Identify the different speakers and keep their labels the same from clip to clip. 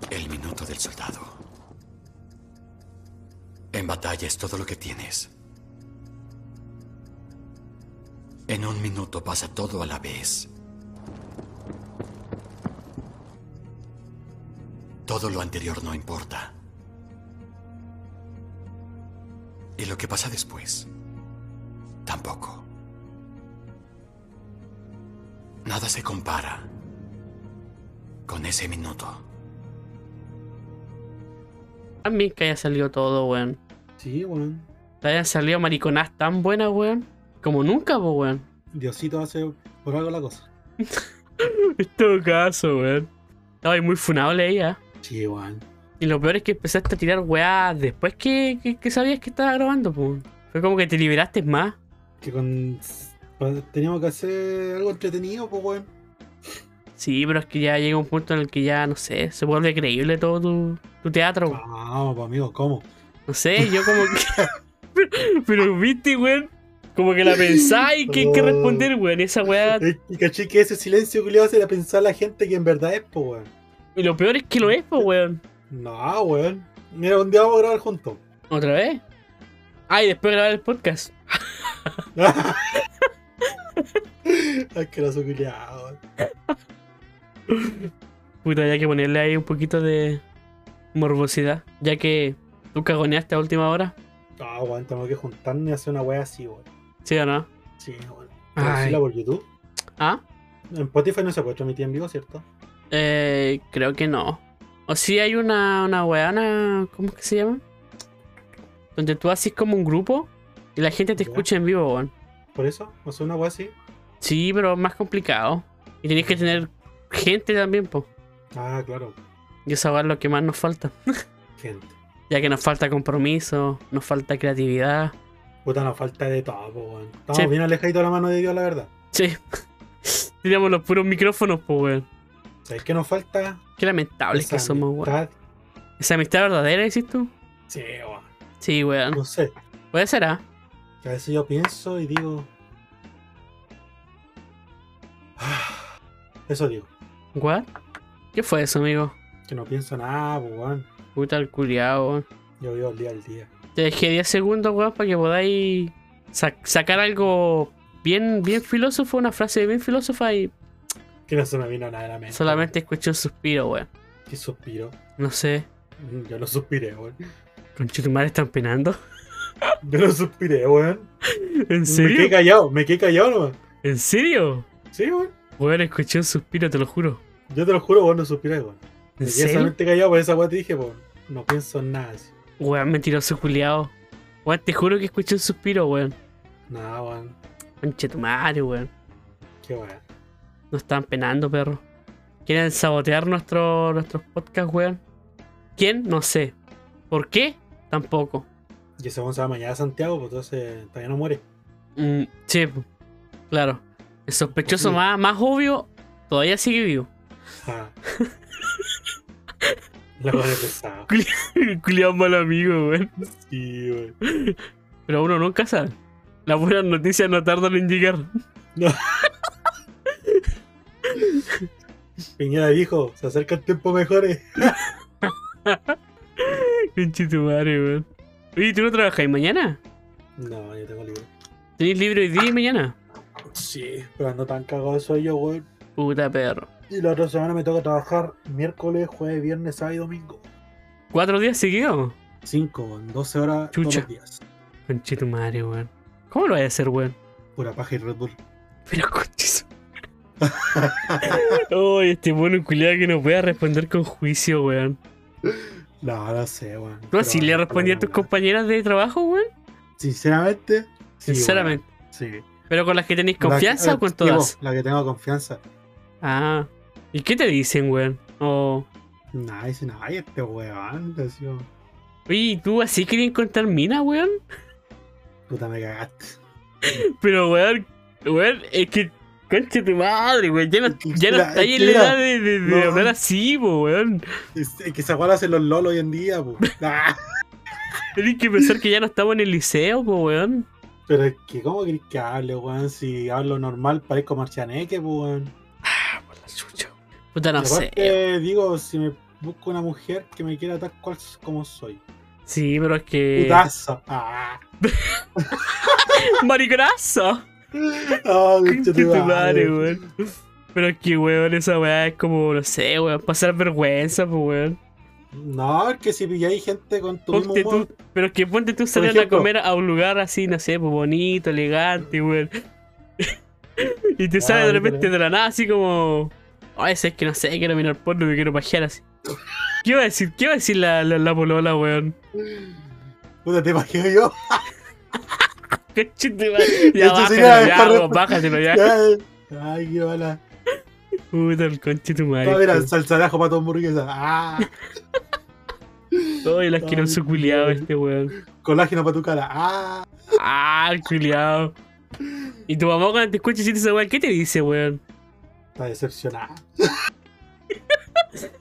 Speaker 1: trabajo del soldado. En batalla es todo lo que tienes. En un minuto pasa todo a la vez. Todo lo anterior no importa. Y lo que pasa después, tampoco. Nada se compara con ese minuto.
Speaker 2: A mí que haya salido todo, weón.
Speaker 3: Sí, weón.
Speaker 2: Te hayan salido mariconadas tan buenas, weón. Como nunca, po, weón.
Speaker 3: Diosito hace por algo la cosa.
Speaker 2: En todo caso, weón. Estaba ahí muy funable ella.
Speaker 3: Sí, weón.
Speaker 2: Y lo peor es que empezaste a tirar weá después que, que- que sabías que estaba grabando, po. Fue como que te liberaste más.
Speaker 3: Que con. pa- Teníamos que hacer algo entretenido, pues, weón.
Speaker 2: Sí, pero es que ya llega un punto en el que ya, no sé, se vuelve creíble todo tu, tu teatro. weón.
Speaker 3: Vamos, pues, amigo, ¿cómo?
Speaker 2: No sé, yo como que. pero, pero, viste, weón. Como que la pensás y que hay que responder, weón. Esa weá.
Speaker 3: Eh, Y caché que ese silencio que le hace a pensar la gente que en verdad es, pues, weón.
Speaker 2: Y lo peor es que lo es, po, weón.
Speaker 3: No, weón. Mira, un día vamos a grabar juntos.
Speaker 2: ¿Otra vez? Ah, y después grabar el podcast.
Speaker 3: Asqueroso culiado, weón.
Speaker 2: Puta, hay que ponerle ahí un poquito de morbosidad. Ya que tú cagoneaste a última hora.
Speaker 3: No, weón, tenemos que juntarnos y hacer una wea así, weón.
Speaker 2: ¿Sí o no?
Speaker 3: Sí, weón.
Speaker 2: Ay.
Speaker 3: Transmitirla por YouTube.
Speaker 2: Ah,
Speaker 3: En Spotify no se puede transmitir en vivo, ¿cierto?
Speaker 2: eh, creo que no. O sí hay una, una weana, ¿cómo es que se llama? Donde tú haces como un grupo y la gente te
Speaker 3: Ya.
Speaker 2: escucha en vivo, weón.
Speaker 3: Por eso, hacer una wea así.
Speaker 2: Sí, pero es más complicado. Y tenés que tener gente también, po.
Speaker 3: Ah, claro,
Speaker 2: Y esa weá es lo que más nos falta.
Speaker 3: gente.
Speaker 2: Ya que nos falta compromiso, nos falta creatividad.
Speaker 3: Puta, nos falta de todo, po, weón. Estamos
Speaker 2: Sí.
Speaker 3: bien alejaditos de la mano de Dios, la verdad.
Speaker 2: Sí. Teníamos los puros micrófonos, pues, weón.
Speaker 3: ¿Sabes qué nos falta?
Speaker 2: Qué lamentables que
Speaker 3: Esa
Speaker 2: somos, weón.
Speaker 3: amistad.
Speaker 2: ¿Esa amistad verdadera, decís tú?
Speaker 3: Sí, weón.
Speaker 2: Sí, weón.
Speaker 3: No sé.
Speaker 2: Puede ser, ¿ah?
Speaker 3: A veces yo pienso y digo. "Ah", Eso digo.
Speaker 2: ¿What? ¿Qué fue eso, amigo?
Speaker 3: Que no pienso nada, po, weón.
Speaker 2: Puta el culiao, weón.
Speaker 3: Yo vivo el día al día.
Speaker 2: Te dejé 10 segundos, weón, para que podáis sa- sacar algo bien, bien filósofo, una frase bien filósofa y
Speaker 3: Que no se me vino nada de la mente.
Speaker 2: solamente escuché un suspiro, weón.
Speaker 3: Que suspiro. Mm,
Speaker 2: No sé.
Speaker 3: Yo no suspiré, weón.
Speaker 2: ¿Conchetumar están penando?
Speaker 3: Yo no suspiré, weón.
Speaker 2: ¿En
Speaker 3: Me quedé
Speaker 2: serio?
Speaker 3: callado, me quedé callado nomás.
Speaker 2: ¿En serio?
Speaker 3: Sí, weón.
Speaker 2: Weón, escuché un suspiro, te lo juro.
Speaker 3: Yo te lo juro, weón, no suspiré, weón.
Speaker 2: ¿En
Speaker 3: Me quedé
Speaker 2: serio?
Speaker 3: solamente callado por esa weón te dije, weón. No pienso en nada. así.
Speaker 2: Weón, mentiroso culiao. Weón, te juro que escuché un suspiro, weón.
Speaker 3: Nada, weón.
Speaker 2: Conchetumare, weón.
Speaker 3: Qué weón.
Speaker 2: Nos están penando, perro. Quieren sabotear nuestro, nuestros podcasts, weón. ¿Quién? No sé. ¿Por qué? Tampoco.
Speaker 3: Y ese weón se va mañana a Santiago, pues entonces todavía no muere.
Speaker 2: Mm, sí, po. claro. El sospechoso
Speaker 3: Obvio.
Speaker 2: más, más obvio todavía sigue vivo.
Speaker 3: Ah. La weón es pesada.
Speaker 2: Culiado mal amigo, weón.
Speaker 3: Sí, weón.
Speaker 2: Pero uno nunca sabe. Las buenas noticias no tardan en llegar.
Speaker 3: Piñera dijo, se acerca el tiempo eh. mejores.
Speaker 2: Conchetumare, weón. Oye, ¿tú no trabajáis mañana?
Speaker 3: No, yo tengo libre.
Speaker 2: ¿Tenéis libre hoy día y mañana?
Speaker 3: Sí, pero ando tan cagado soy yo, weón.
Speaker 2: Puta perro.
Speaker 3: Y la otra semana me toca trabajar miércoles, jueves, viernes, sábado y domingo.
Speaker 2: ¿Cuatro días seguidos?
Speaker 3: 5, 12 horas
Speaker 2: Chucha.
Speaker 3: todos los días.
Speaker 2: Conchetumare, weón. ¿Cómo lo voy a hacer, weón?
Speaker 3: Pura paja y Red Bull.
Speaker 2: Pero conches. Uy, este mono culiado que no pueda responder con juicio, weón.
Speaker 3: No, no sé, weón.
Speaker 2: ¿Tú
Speaker 3: Pero
Speaker 2: así le
Speaker 3: bueno,
Speaker 2: respondí a
Speaker 3: bueno,
Speaker 2: tus
Speaker 3: bueno.
Speaker 2: compañeras de trabajo, weón?
Speaker 3: Sinceramente, sí, weón.
Speaker 2: Sinceramente.
Speaker 3: Sí.
Speaker 2: ¿Pero con las que tenéis confianza
Speaker 3: La-
Speaker 2: o con
Speaker 3: eh, sí,
Speaker 2: todas?
Speaker 3: vos, La que tengo confianza.
Speaker 2: Ah. ¿Y qué te dicen, weón? O.
Speaker 3: Nada, dice nada, ay, este weón. así, weón.
Speaker 2: Oye, ¿y ¿tú así querías encontrar mina, weón?
Speaker 3: Puta, me cagaste.
Speaker 2: Pero, weón, weón, es que. Concha tu madre, weón. Ya no, ya no
Speaker 3: Mira,
Speaker 2: estáis
Speaker 3: es
Speaker 2: en la
Speaker 3: que mira,
Speaker 2: edad de, de- de
Speaker 3: no.
Speaker 2: hablar así, po, weón.
Speaker 3: Es, es que esa weón hacen los lolos hoy en día, po. Ah,
Speaker 2: Tenéis que pensar que ya no estamos en el liceo, po, weón.
Speaker 3: Pero es que, ¿cómo querés que hable, weón? Si hablo normal, parezco marcianeque, po, weón.
Speaker 2: Ah, por la chucha. Puta, no
Speaker 3: Y
Speaker 2: sé.
Speaker 3: aparte, digo, si me busco una mujer que me quiera tal cual s- como soy.
Speaker 2: Sí, pero es que.
Speaker 3: Putaza. Ah.
Speaker 2: ¡Maricraza!
Speaker 3: Ah,
Speaker 2: Conche tu
Speaker 3: conche tu
Speaker 2: madre,
Speaker 3: madre.
Speaker 2: weón. Pero es que, weón, esa weá es como, no sé, weón, pasar vergüenza, pues, weón.
Speaker 3: No, es que si pilláis gente con tu mismo
Speaker 2: Ponte tú,
Speaker 3: humor,
Speaker 2: pero es que ponte tú salir a
Speaker 3: ejemplo.
Speaker 2: comer a un lugar así, no sé, pues bonito, elegante, weón. y te sale de
Speaker 3: Ah,
Speaker 2: repente
Speaker 3: pero-
Speaker 2: de la nada así como. Ay, sabes que no sé, quiero mirar porno, me quiero pajear así. ¿Qué va a decir? ¿Qué va a decir la, la, la polola, weón?
Speaker 3: puta, te imagino yo.
Speaker 2: Qué chiste, weón. Ya
Speaker 3: Esto sería
Speaker 2: bájatelo, ya,
Speaker 3: esta
Speaker 2: weón, bájatelo ya.
Speaker 3: Ay, qué mala.
Speaker 2: Puta el conche tu madre.
Speaker 3: No, mira,
Speaker 2: weón.
Speaker 3: salsa de ajo para tu hamburguesa. Ah,
Speaker 2: Ay, el asqueroso
Speaker 3: Ay,
Speaker 2: culiado
Speaker 3: weón.
Speaker 2: este, weón.
Speaker 3: colágeno para tu cara. Ah,
Speaker 2: Ah, el culiado. Y tu mamá cuando te escucha y esa weón, ¿qué te dice, weón?
Speaker 3: está decepcionada.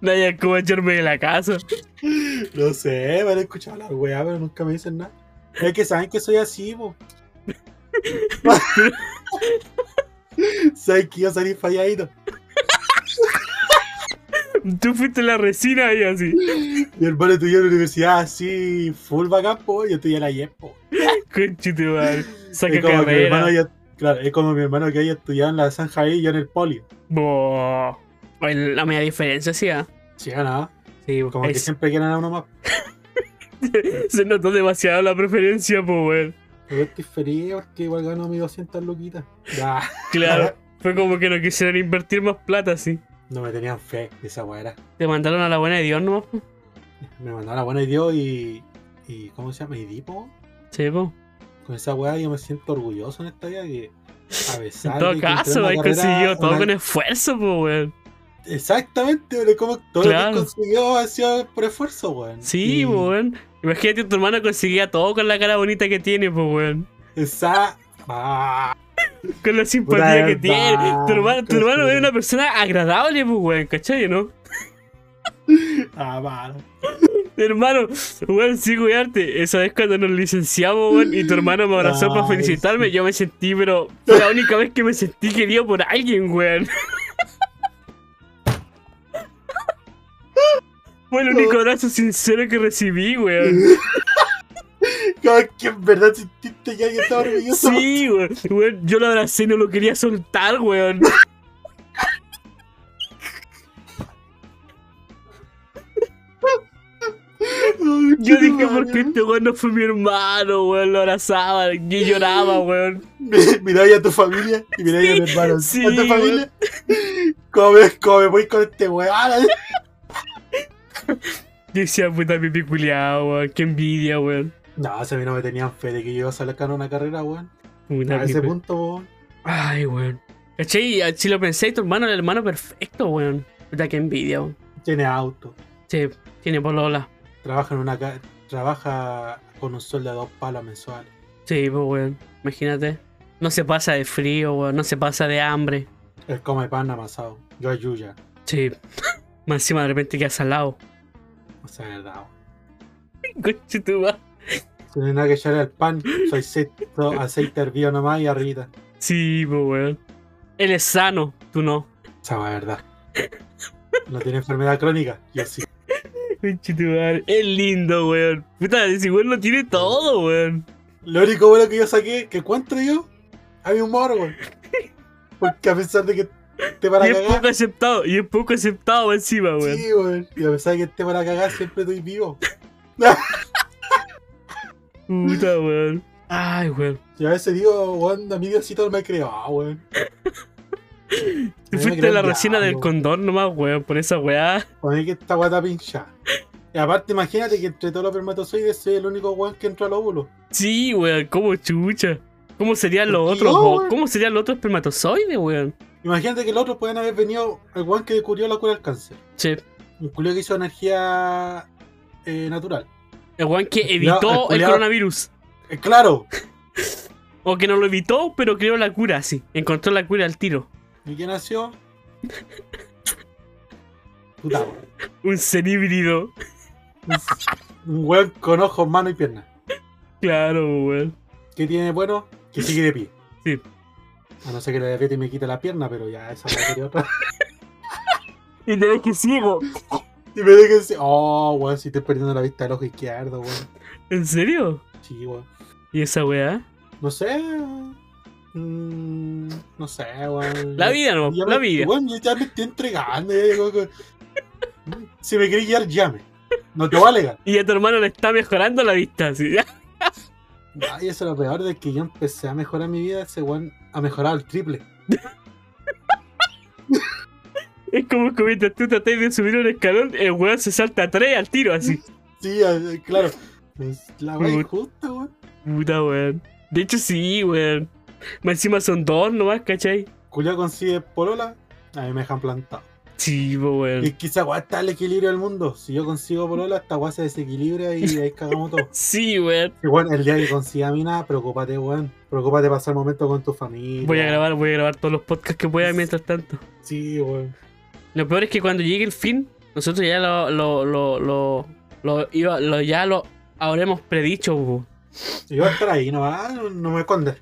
Speaker 2: Naya, es como echarme de la casa.
Speaker 3: No sé, me han escuchado la weá, pero nunca me dicen nada. Es que saben que soy así, po. Saben que yo salí falladito.
Speaker 2: Tú fuiste la resina y así.
Speaker 3: Mi hermano estudió en la universidad así, full bacán, po. Yo estudié en la IEP, po.
Speaker 2: Conchito, madre. Saca
Speaker 3: Es como, que mi hermano
Speaker 2: carrera.
Speaker 3: haya- claro, es como mi hermano que haya estudiado en la San Javier y yo en el Poli.
Speaker 2: Boh. Oye, La media diferencia, sí, ah.
Speaker 3: Sí, nada.
Speaker 2: Sí,
Speaker 3: Como
Speaker 2: ahí
Speaker 3: que
Speaker 2: se,
Speaker 3: siempre quieren a uno más.
Speaker 2: se notó demasiado la preferencia, pues, weón.
Speaker 3: Pero yo estoy feliz porque igual gano mis 200 luquitas. Ya.
Speaker 2: Claro. Fue como que no quisieron invertir más plata, sí.
Speaker 3: No me tenían fe, esa weá era.
Speaker 2: Te mandaron a la buena de Dios, ¿no?
Speaker 3: Me mandaron a buena y Dios y. y ¿Cómo se llama? Edipo.
Speaker 2: Sí, po.
Speaker 3: Con esa weá yo me siento orgulloso en esta vida que. A pesar
Speaker 2: En
Speaker 3: de
Speaker 2: todo
Speaker 3: que entré en
Speaker 2: caso,
Speaker 3: una
Speaker 2: ahí
Speaker 3: carrera-
Speaker 2: consiguió todo
Speaker 3: una-
Speaker 2: con esfuerzo, pues, weón.
Speaker 3: Exactamente, weón, es como todo
Speaker 2: Claro.
Speaker 3: lo que consiguió ha sido por esfuerzo, weón.
Speaker 2: Sí,
Speaker 3: Y-
Speaker 2: po, weón. Imagínate, tu hermano conseguía todo con la cara bonita que tiene, pues, weón.
Speaker 3: Esa. Ah,
Speaker 2: Con la simpatía
Speaker 3: Puta
Speaker 2: que
Speaker 3: verdad,
Speaker 2: tiene. Tu hermano, tu
Speaker 3: qué
Speaker 2: hermano es
Speaker 3: chulo.
Speaker 2: una persona agradable, pues, weón, ¿cachai, no?
Speaker 3: ah, mano.
Speaker 2: Hermano, weón, sí, cuidarte. Esa vez cuando nos licenciamos, weón, y tu hermano me abrazó para
Speaker 3: Ay,
Speaker 2: felicitarme, yo me sentí, pero fue la única vez que me sentí querido por alguien, weón. Fue el único abrazo sincero que recibí, weón.
Speaker 3: Ay, que en verdad sentiste que alguien estaba orgulloso.
Speaker 2: Sí, weón. Weón, Yo lo abracé y no lo quería soltar, weón. Yo dije, ¿por qué este weón no fue mi hermano, weón? Lo abrazaba y lloraba, weón.
Speaker 3: Mirá ahí a tu familia y mirá ahí a mi hermano.
Speaker 2: sí,
Speaker 3: a tu familia. Come, come, voy con este weón.
Speaker 2: Yo decía, puta, mi culiao, weón. Qué envidia, weón.
Speaker 3: No, si a mí no me tenían fe de que yo iba a sacar una carrera, weón.
Speaker 2: Puta,
Speaker 3: A ese
Speaker 2: pipi-
Speaker 3: punto, weón.
Speaker 2: Ay, weón. ¿Cachai? Ah, Si lo pensé, tu hermano era el hermano perfecto, weón. Puta, qué envidia, weón.
Speaker 3: Tiene auto.
Speaker 2: Sí, tiene polola.
Speaker 3: Trabaja en una ca- trabaja con un sueldo de dos palos mensuales.
Speaker 2: Sí, pues, weón. Imagínate. No se pasa de frío, weón. No se pasa de hambre.
Speaker 3: Él come pan amasado. Yo a Yuya.
Speaker 2: Sí. Más encima de repente quedas al lado.
Speaker 3: O sea, es verdad. weón.
Speaker 2: Conche tu madre.
Speaker 3: Si no hay nada que echarle al pan, soy aceite, aceite hervido nomás y arribita.
Speaker 2: Sí, pues, weón. Él es sano, tú no.
Speaker 3: Esa weá es verdad. No tiene enfermedad crónica. Yo sí.
Speaker 2: Conche tu madre. Es lindo, weón. Puta, ese weón lo tiene todo, weón.
Speaker 3: Lo único bueno que yo saqué, que encuentro yo, a mi humor, weón. Porque a pesar de que esté para
Speaker 2: Y es poco
Speaker 3: cagar,
Speaker 2: aceptado, y es poco aceptado encima, weón.
Speaker 3: sí, weón. Y a pesar de que esté para cagar, siempre estoy vivo.
Speaker 2: Puta, weón. Ay, weón.
Speaker 3: Y a veces digo, weón, a mí Diosito no me creó, ah, weón.
Speaker 2: Tú
Speaker 3: me
Speaker 2: fuiste
Speaker 3: creo
Speaker 2: la
Speaker 3: el
Speaker 2: resina del
Speaker 3: diablo.
Speaker 2: condón nomás, weón, por esa weá.
Speaker 3: Poner que esta guata pincha. Y aparte, imagínate que entre todos los espermatozoides soy el único weón que entró al óvulo.
Speaker 2: Sí, weón, como chucha. ¿Cómo serían los
Speaker 3: ¿Por qué
Speaker 2: otros?
Speaker 3: yo,
Speaker 2: vo-
Speaker 3: weón?
Speaker 2: ¿Cómo serían los otros espermatozoides, weón?
Speaker 3: Imagínate que los otros pueden haber venido el weón que descubrió la cura del cáncer.
Speaker 2: Sí.
Speaker 3: Un culio que hizo energía eh, natural.
Speaker 2: El weón que
Speaker 3: culiao- el
Speaker 2: evitó el
Speaker 3: culiao-
Speaker 2: coronavirus.
Speaker 3: Eh, claro.
Speaker 2: O que no lo evitó, pero creó la cura, sí. Encontró la cura al tiro.
Speaker 3: ¿Y que nació? Puta, weón.
Speaker 2: Un ser híbrido.
Speaker 3: Un weón con ojos, mano y pierna.
Speaker 2: Claro, weón.
Speaker 3: ¿Qué tiene de bueno? Que sigue de pie.
Speaker 2: Sí.
Speaker 3: A no ser que la diabetes me quite la pierna, pero ya esa va a ser otra.
Speaker 2: Y tenés que ciego.
Speaker 3: Y me dejan así, oh, weón, si estoy perdiendo la vista del ojo izquierdo, weón.
Speaker 2: ¿En serio?
Speaker 3: Sí, weón.
Speaker 2: ¿Y esa weá?
Speaker 3: No sé. mm, no sé, weón.
Speaker 2: La vida, no,
Speaker 3: Ya
Speaker 2: la
Speaker 3: me-
Speaker 2: vida.
Speaker 3: weón, ya me estoy entregando. ya digo que- si me querés guiar, llame. No te va a alegar.
Speaker 2: Y a tu hermano le está mejorando la vista, así.
Speaker 3: Ay, eso es lo peor de que yo empecé a mejorar mi vida. Ese weón ha mejorado el triple.
Speaker 2: Es como que mientras tú tratás de subir un escalón, el weón se salta a tres al tiro, así.
Speaker 3: Sí, eh, claro. Es la weá
Speaker 2: Mm.
Speaker 3: injusta, weón.
Speaker 2: Puta, weón. De hecho, sí, weón. Más Encima son dos nomás, ¿cachai?
Speaker 3: Culiao consigue polola. A mí me dejan plantado.
Speaker 2: Sí, po,
Speaker 3: Y
Speaker 2: weón.
Speaker 3: quizá weá está el equilibrio del mundo. Si yo consigo polola, esta weá se desequilibra y ahí cagamos todo.
Speaker 2: Sí, weón.
Speaker 3: Y bueno, el día que consiga mina, preocúpate, weón. Preocúpate pasar el momento con tu familia.
Speaker 2: Voy a grabar, voy a grabar todos los podcasts que pueda mientras tanto.
Speaker 3: Sí, weón.
Speaker 2: Lo peor es que cuando llegue el fin, nosotros ya lo, lo, lo, lo, lo, iba- lo- ya lo habremos predicho, po.
Speaker 3: Yo voy a estar ahí, no, va, no, no me escondes.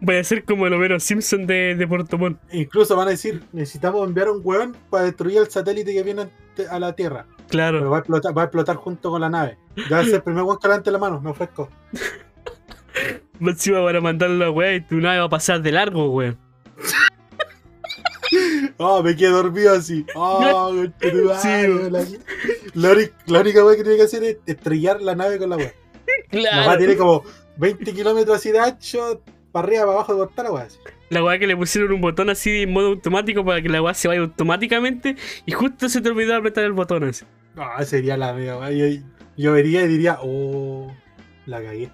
Speaker 2: Voy a ser como el Homero Simpson de, de Puerto Montt.
Speaker 3: Incluso van a decir, necesitamos enviar un weón para destruir el satélite que viene ante- a la Tierra. Pero
Speaker 2: Claro.
Speaker 3: va a explotar, va a explotar junto con la nave. Ya es el primer weón que levante la mano, me ofrezco.
Speaker 2: Más Encima van a mandar la weá y tu nave va a pasar de largo, weón.
Speaker 3: Ah, me quedé dormido así. Ah, conchetumare,
Speaker 2: Sí, weón.
Speaker 3: la, la uni- la única weón que tiene que hacer es estrellar la nave con la weón. La weón tiene como 20 kilómetros así de ancho, para arriba, para abajo, de cortar la weón. así.
Speaker 2: La weá que le pusieron un botón así en modo automático para que la weá se vaya automáticamente y justo se te olvidó apretar el botón así.
Speaker 3: No, sería la mía, weón. Yo, yo vería y diría, oh, la cagué.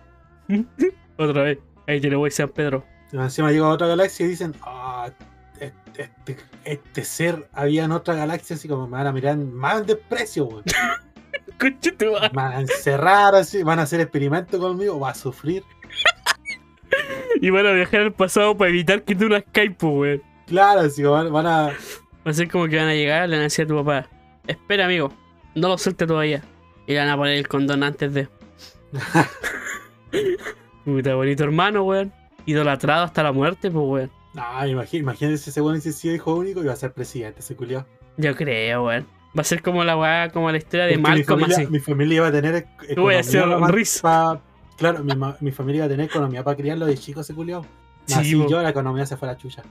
Speaker 2: Otra vez. Ahí tiene voy San Pedro.
Speaker 3: Y encima llega a otra galaxia y dicen, ah, este, este- este ser había en otra galaxia, así como me van a mirar más en desprecio, weón.
Speaker 2: Concha tu madre.
Speaker 3: Me van a encerrar así, van a hacer experimentos conmigo, va a sufrir.
Speaker 2: Y van a viajar al pasado para evitar que tú no Skype, po, weón.
Speaker 3: Claro, así como van, van a.
Speaker 2: Va a ser como que van a llegar, le van a decir a tu papá, espera amigo, no lo suelte todavía. Y le van a poner el condón antes de. Puta bonito hermano, weón. Idolatrado hasta la muerte, pues weón.
Speaker 3: No, Ah, imagi- imagínense ese weón ese sí hijo único y va a ser presidente, ese culiao.
Speaker 2: Yo creo, weón. Va a ser como la weá, como la historia de
Speaker 3: Es que mi,
Speaker 2: Malcolm
Speaker 3: familia,
Speaker 2: así.
Speaker 3: mi familia iba a tener. ec-
Speaker 2: Yo voy a
Speaker 3: economía
Speaker 2: hacer
Speaker 3: pa-
Speaker 2: un rizo.
Speaker 3: pa- claro, mi, ma- mi familia iba a tener economía para criarlo de chico, ese culiao.
Speaker 2: Sí,
Speaker 3: Nací
Speaker 2: bo.
Speaker 3: yo, la economía se fue a la chucha.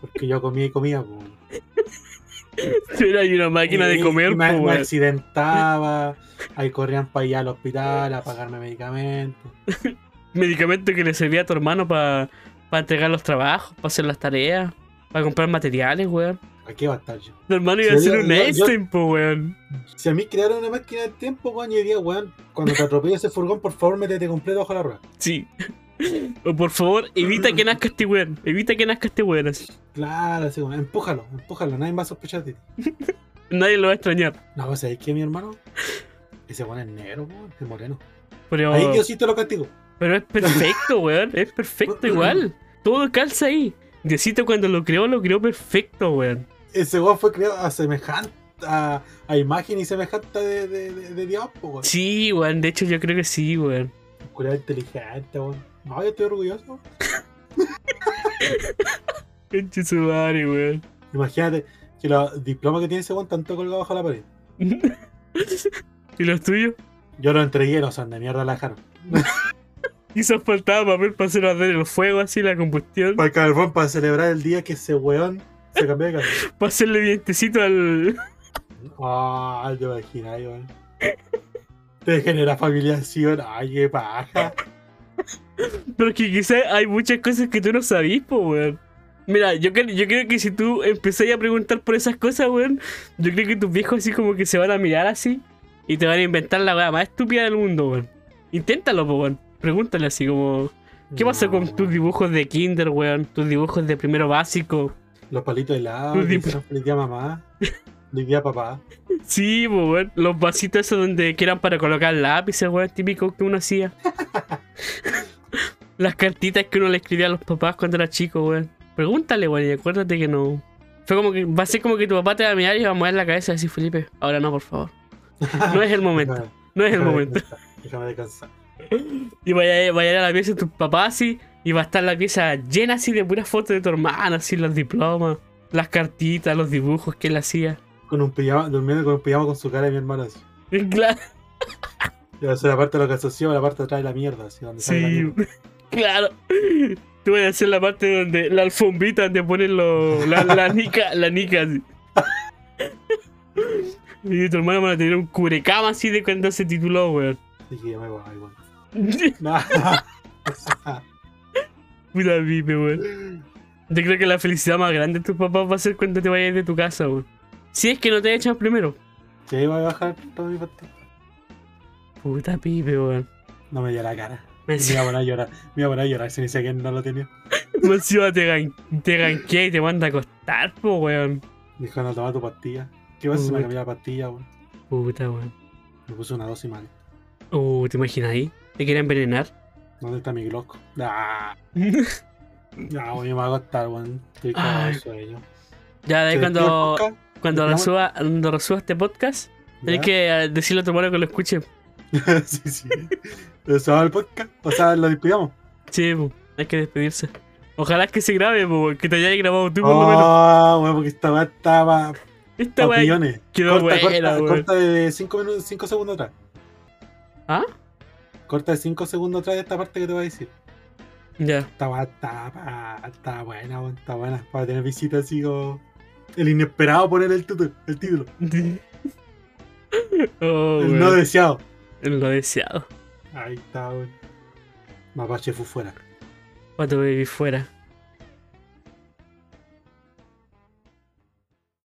Speaker 3: Porque yo comía y comía, pues.
Speaker 2: Pero hay una máquina de
Speaker 3: Y-
Speaker 2: comer,
Speaker 3: y
Speaker 2: po,
Speaker 3: me, me
Speaker 2: weón.
Speaker 3: accidentaba, ahí corrían para allá al hospital a pagarme medicamentos.
Speaker 2: Medicamento que le servía a tu hermano para entregar los trabajos, para hacer las tareas, para comprar materiales, weón.
Speaker 3: Aquí va a estar yo.
Speaker 2: Tu hermano iba a
Speaker 3: Sí,
Speaker 2: ser
Speaker 3: yo-
Speaker 2: un
Speaker 3: yo- yo-
Speaker 2: Einstein, po, weón.
Speaker 3: Si a mí crearon una máquina del tiempo, weón, yo diría, weón, cuando te atropella ese furgón, por favor, métete completo bajo la rueda.
Speaker 2: Sí. O por favor, evita que nazca este weón. Evita que nazca este weón. así.
Speaker 3: Claro, así, weón, empújalo, empújalo, nadie va a sospechar de ti.
Speaker 2: Nadie lo va a extrañar.
Speaker 3: No, pues ahí que mi hermano, ese weón es negro, weón, es moreno.
Speaker 2: Pero,
Speaker 3: Ahí Diosito lo castigo.
Speaker 2: pero es perfecto, weón. Es perfecto igual. Todo calza ahí. Diosito cuando lo creó, lo creó perfecto, weón.
Speaker 3: Ese weón fue creado a semejante, a, a imagen y semejante de, de, de, de Dios, po, weón.
Speaker 2: Sí, weón. De hecho, yo creo que sí, weón.
Speaker 3: Culiao inteligente, weón. No, yo estoy orgulloso.
Speaker 2: Conche su madre, weón.
Speaker 3: Imagínate que los diplomas que tiene ese weón tanto colgado bajo la pared.
Speaker 2: ¿Y los tuyos?
Speaker 3: Yo lo entregué, no son de mierda la dejaron.
Speaker 2: Quizás faltaba papel para hacer arder el fuego, así la combustión.
Speaker 3: Para el carbón, para celebrar el día que ese weón se cambió de canal.
Speaker 2: Para hacerle dientecito al.
Speaker 3: Ah, te imaginas, weón. Te genera familiación, ay, qué paja.
Speaker 2: Porque quizás hay muchas cosas que tú no sabís, po, weón. Mira, yo, cre- yo creo que si tú empezás a preguntar por esas cosas, weón, yo creo que tus viejos así como que se van a mirar así y te van a inventar la weá más estúpida del mundo, weón. Inténtalo, po, weón. Pregúntale así como, ¿qué pasó
Speaker 3: No,
Speaker 2: con
Speaker 3: weón.
Speaker 2: tus dibujos de kinder, weón? Tus dibujos de primero básico.
Speaker 3: Los palitos de helado,
Speaker 2: Tus
Speaker 3: que
Speaker 2: dip-
Speaker 3: hicieron feliz día a mamá, feliz día a papá.
Speaker 2: Sí, po, weón. Los vasitos esos donde que eran para colocar lápices, weón, típico que uno hacía. Las cartitas que uno le escribía a los papás cuando era chico, weón. Pregúntale, weón, y acuérdate que no. Fue como que va a ser como que tu papá te va a mirar y va a mover la cabeza y decir, Felipe, ahora no, por favor. No es el momento,
Speaker 3: Déjame-
Speaker 2: no es el
Speaker 3: déjame
Speaker 2: momento.
Speaker 3: descansar, Déjame descansar.
Speaker 2: Y vaya, vaya a ir a la pieza de tus papás así, y va a estar la pieza llena así de puras fotos de tu hermano, así los diplomas. Las cartitas, los dibujos que él hacía.
Speaker 3: Con un pijama, durmiendo con un pijama con su cara de mi hermano así.
Speaker 2: Claro,
Speaker 3: Ya, esa es la parte de los calzoncillos, la parte de atrás de la mierda, así donde sale la
Speaker 2: sí.
Speaker 3: mierda.
Speaker 2: Claro. Tú vas a hacer la parte donde la alfombrita donde ponen lo- la, la nica, la nica así. Y tu hermano van a tener un curecama así de cuando se tituló, weón.
Speaker 3: Así que ya me voy, ahí voy. Nah.
Speaker 2: Puta pipe, weón. Yo creo que la felicidad más grande de tus papás va a ser cuando te vayas de tu casa, weón. Si es que no te echan primero.
Speaker 3: Sí, voy a bajar todo mi parte.
Speaker 2: Puta pipe, weón.
Speaker 3: No me dio la cara.
Speaker 2: Me
Speaker 3: Me iba
Speaker 2: encima-
Speaker 3: a poner a llorar. Me iba a poner a llorar si ni sé quién no lo tenía.
Speaker 2: me encima te, gan te ganquea y te manda a acostar, po, weón.
Speaker 3: Dijo, no, toma tu pastilla. ¿Qué pasa si me
Speaker 2: Uy.
Speaker 3: cambié la pastilla, weón?
Speaker 2: Puta, weón.
Speaker 3: Me puse una dosis mal.
Speaker 2: Uh, ¿te imaginas ahí? ¿Te quieren envenenar?
Speaker 3: ¿Dónde está mi Glock? Ah, no, weón, yo me voy a acostar, weón. Estoy cagado de
Speaker 2: Ay.
Speaker 3: sueño.
Speaker 2: ya de ahí
Speaker 3: ¿Se
Speaker 2: cuando...
Speaker 3: despierta, Oscar?
Speaker 2: Cuando
Speaker 3: Ya.
Speaker 2: resuba, cuando resuba este podcast, tenés
Speaker 3: ¿Ya?
Speaker 2: que eh, decirle a tu hermano que lo escuche.
Speaker 3: sí, sí. Pero se va el podcast. O sea, lo despidamos.
Speaker 2: Sí, po, hay que despedirse. Ojalá que se grabe, po, que te hayas grabado tú por lo menos.
Speaker 3: Oh, weón, porque esta weá estaba
Speaker 2: Esta
Speaker 3: pa'
Speaker 2: weá
Speaker 3: pillones.
Speaker 2: quedó
Speaker 3: Corta,
Speaker 2: buena,
Speaker 3: corta,
Speaker 2: weón.
Speaker 3: corta de 5 segundos atrás.
Speaker 2: ¿Ah?
Speaker 3: Corta de 5 segundos atrás de esta parte que te voy a decir.
Speaker 2: Ya.
Speaker 3: Esta weá está, pa- está buena, weón, está buena. Para tener visitas así como. El inesperado poner el, tutu- el título.
Speaker 2: oh,
Speaker 3: el
Speaker 2: weón.
Speaker 3: no deseado.
Speaker 2: Lo deseado.
Speaker 3: Ahí está, weón. Mapache fue fuera.
Speaker 2: Pato Baby fuera.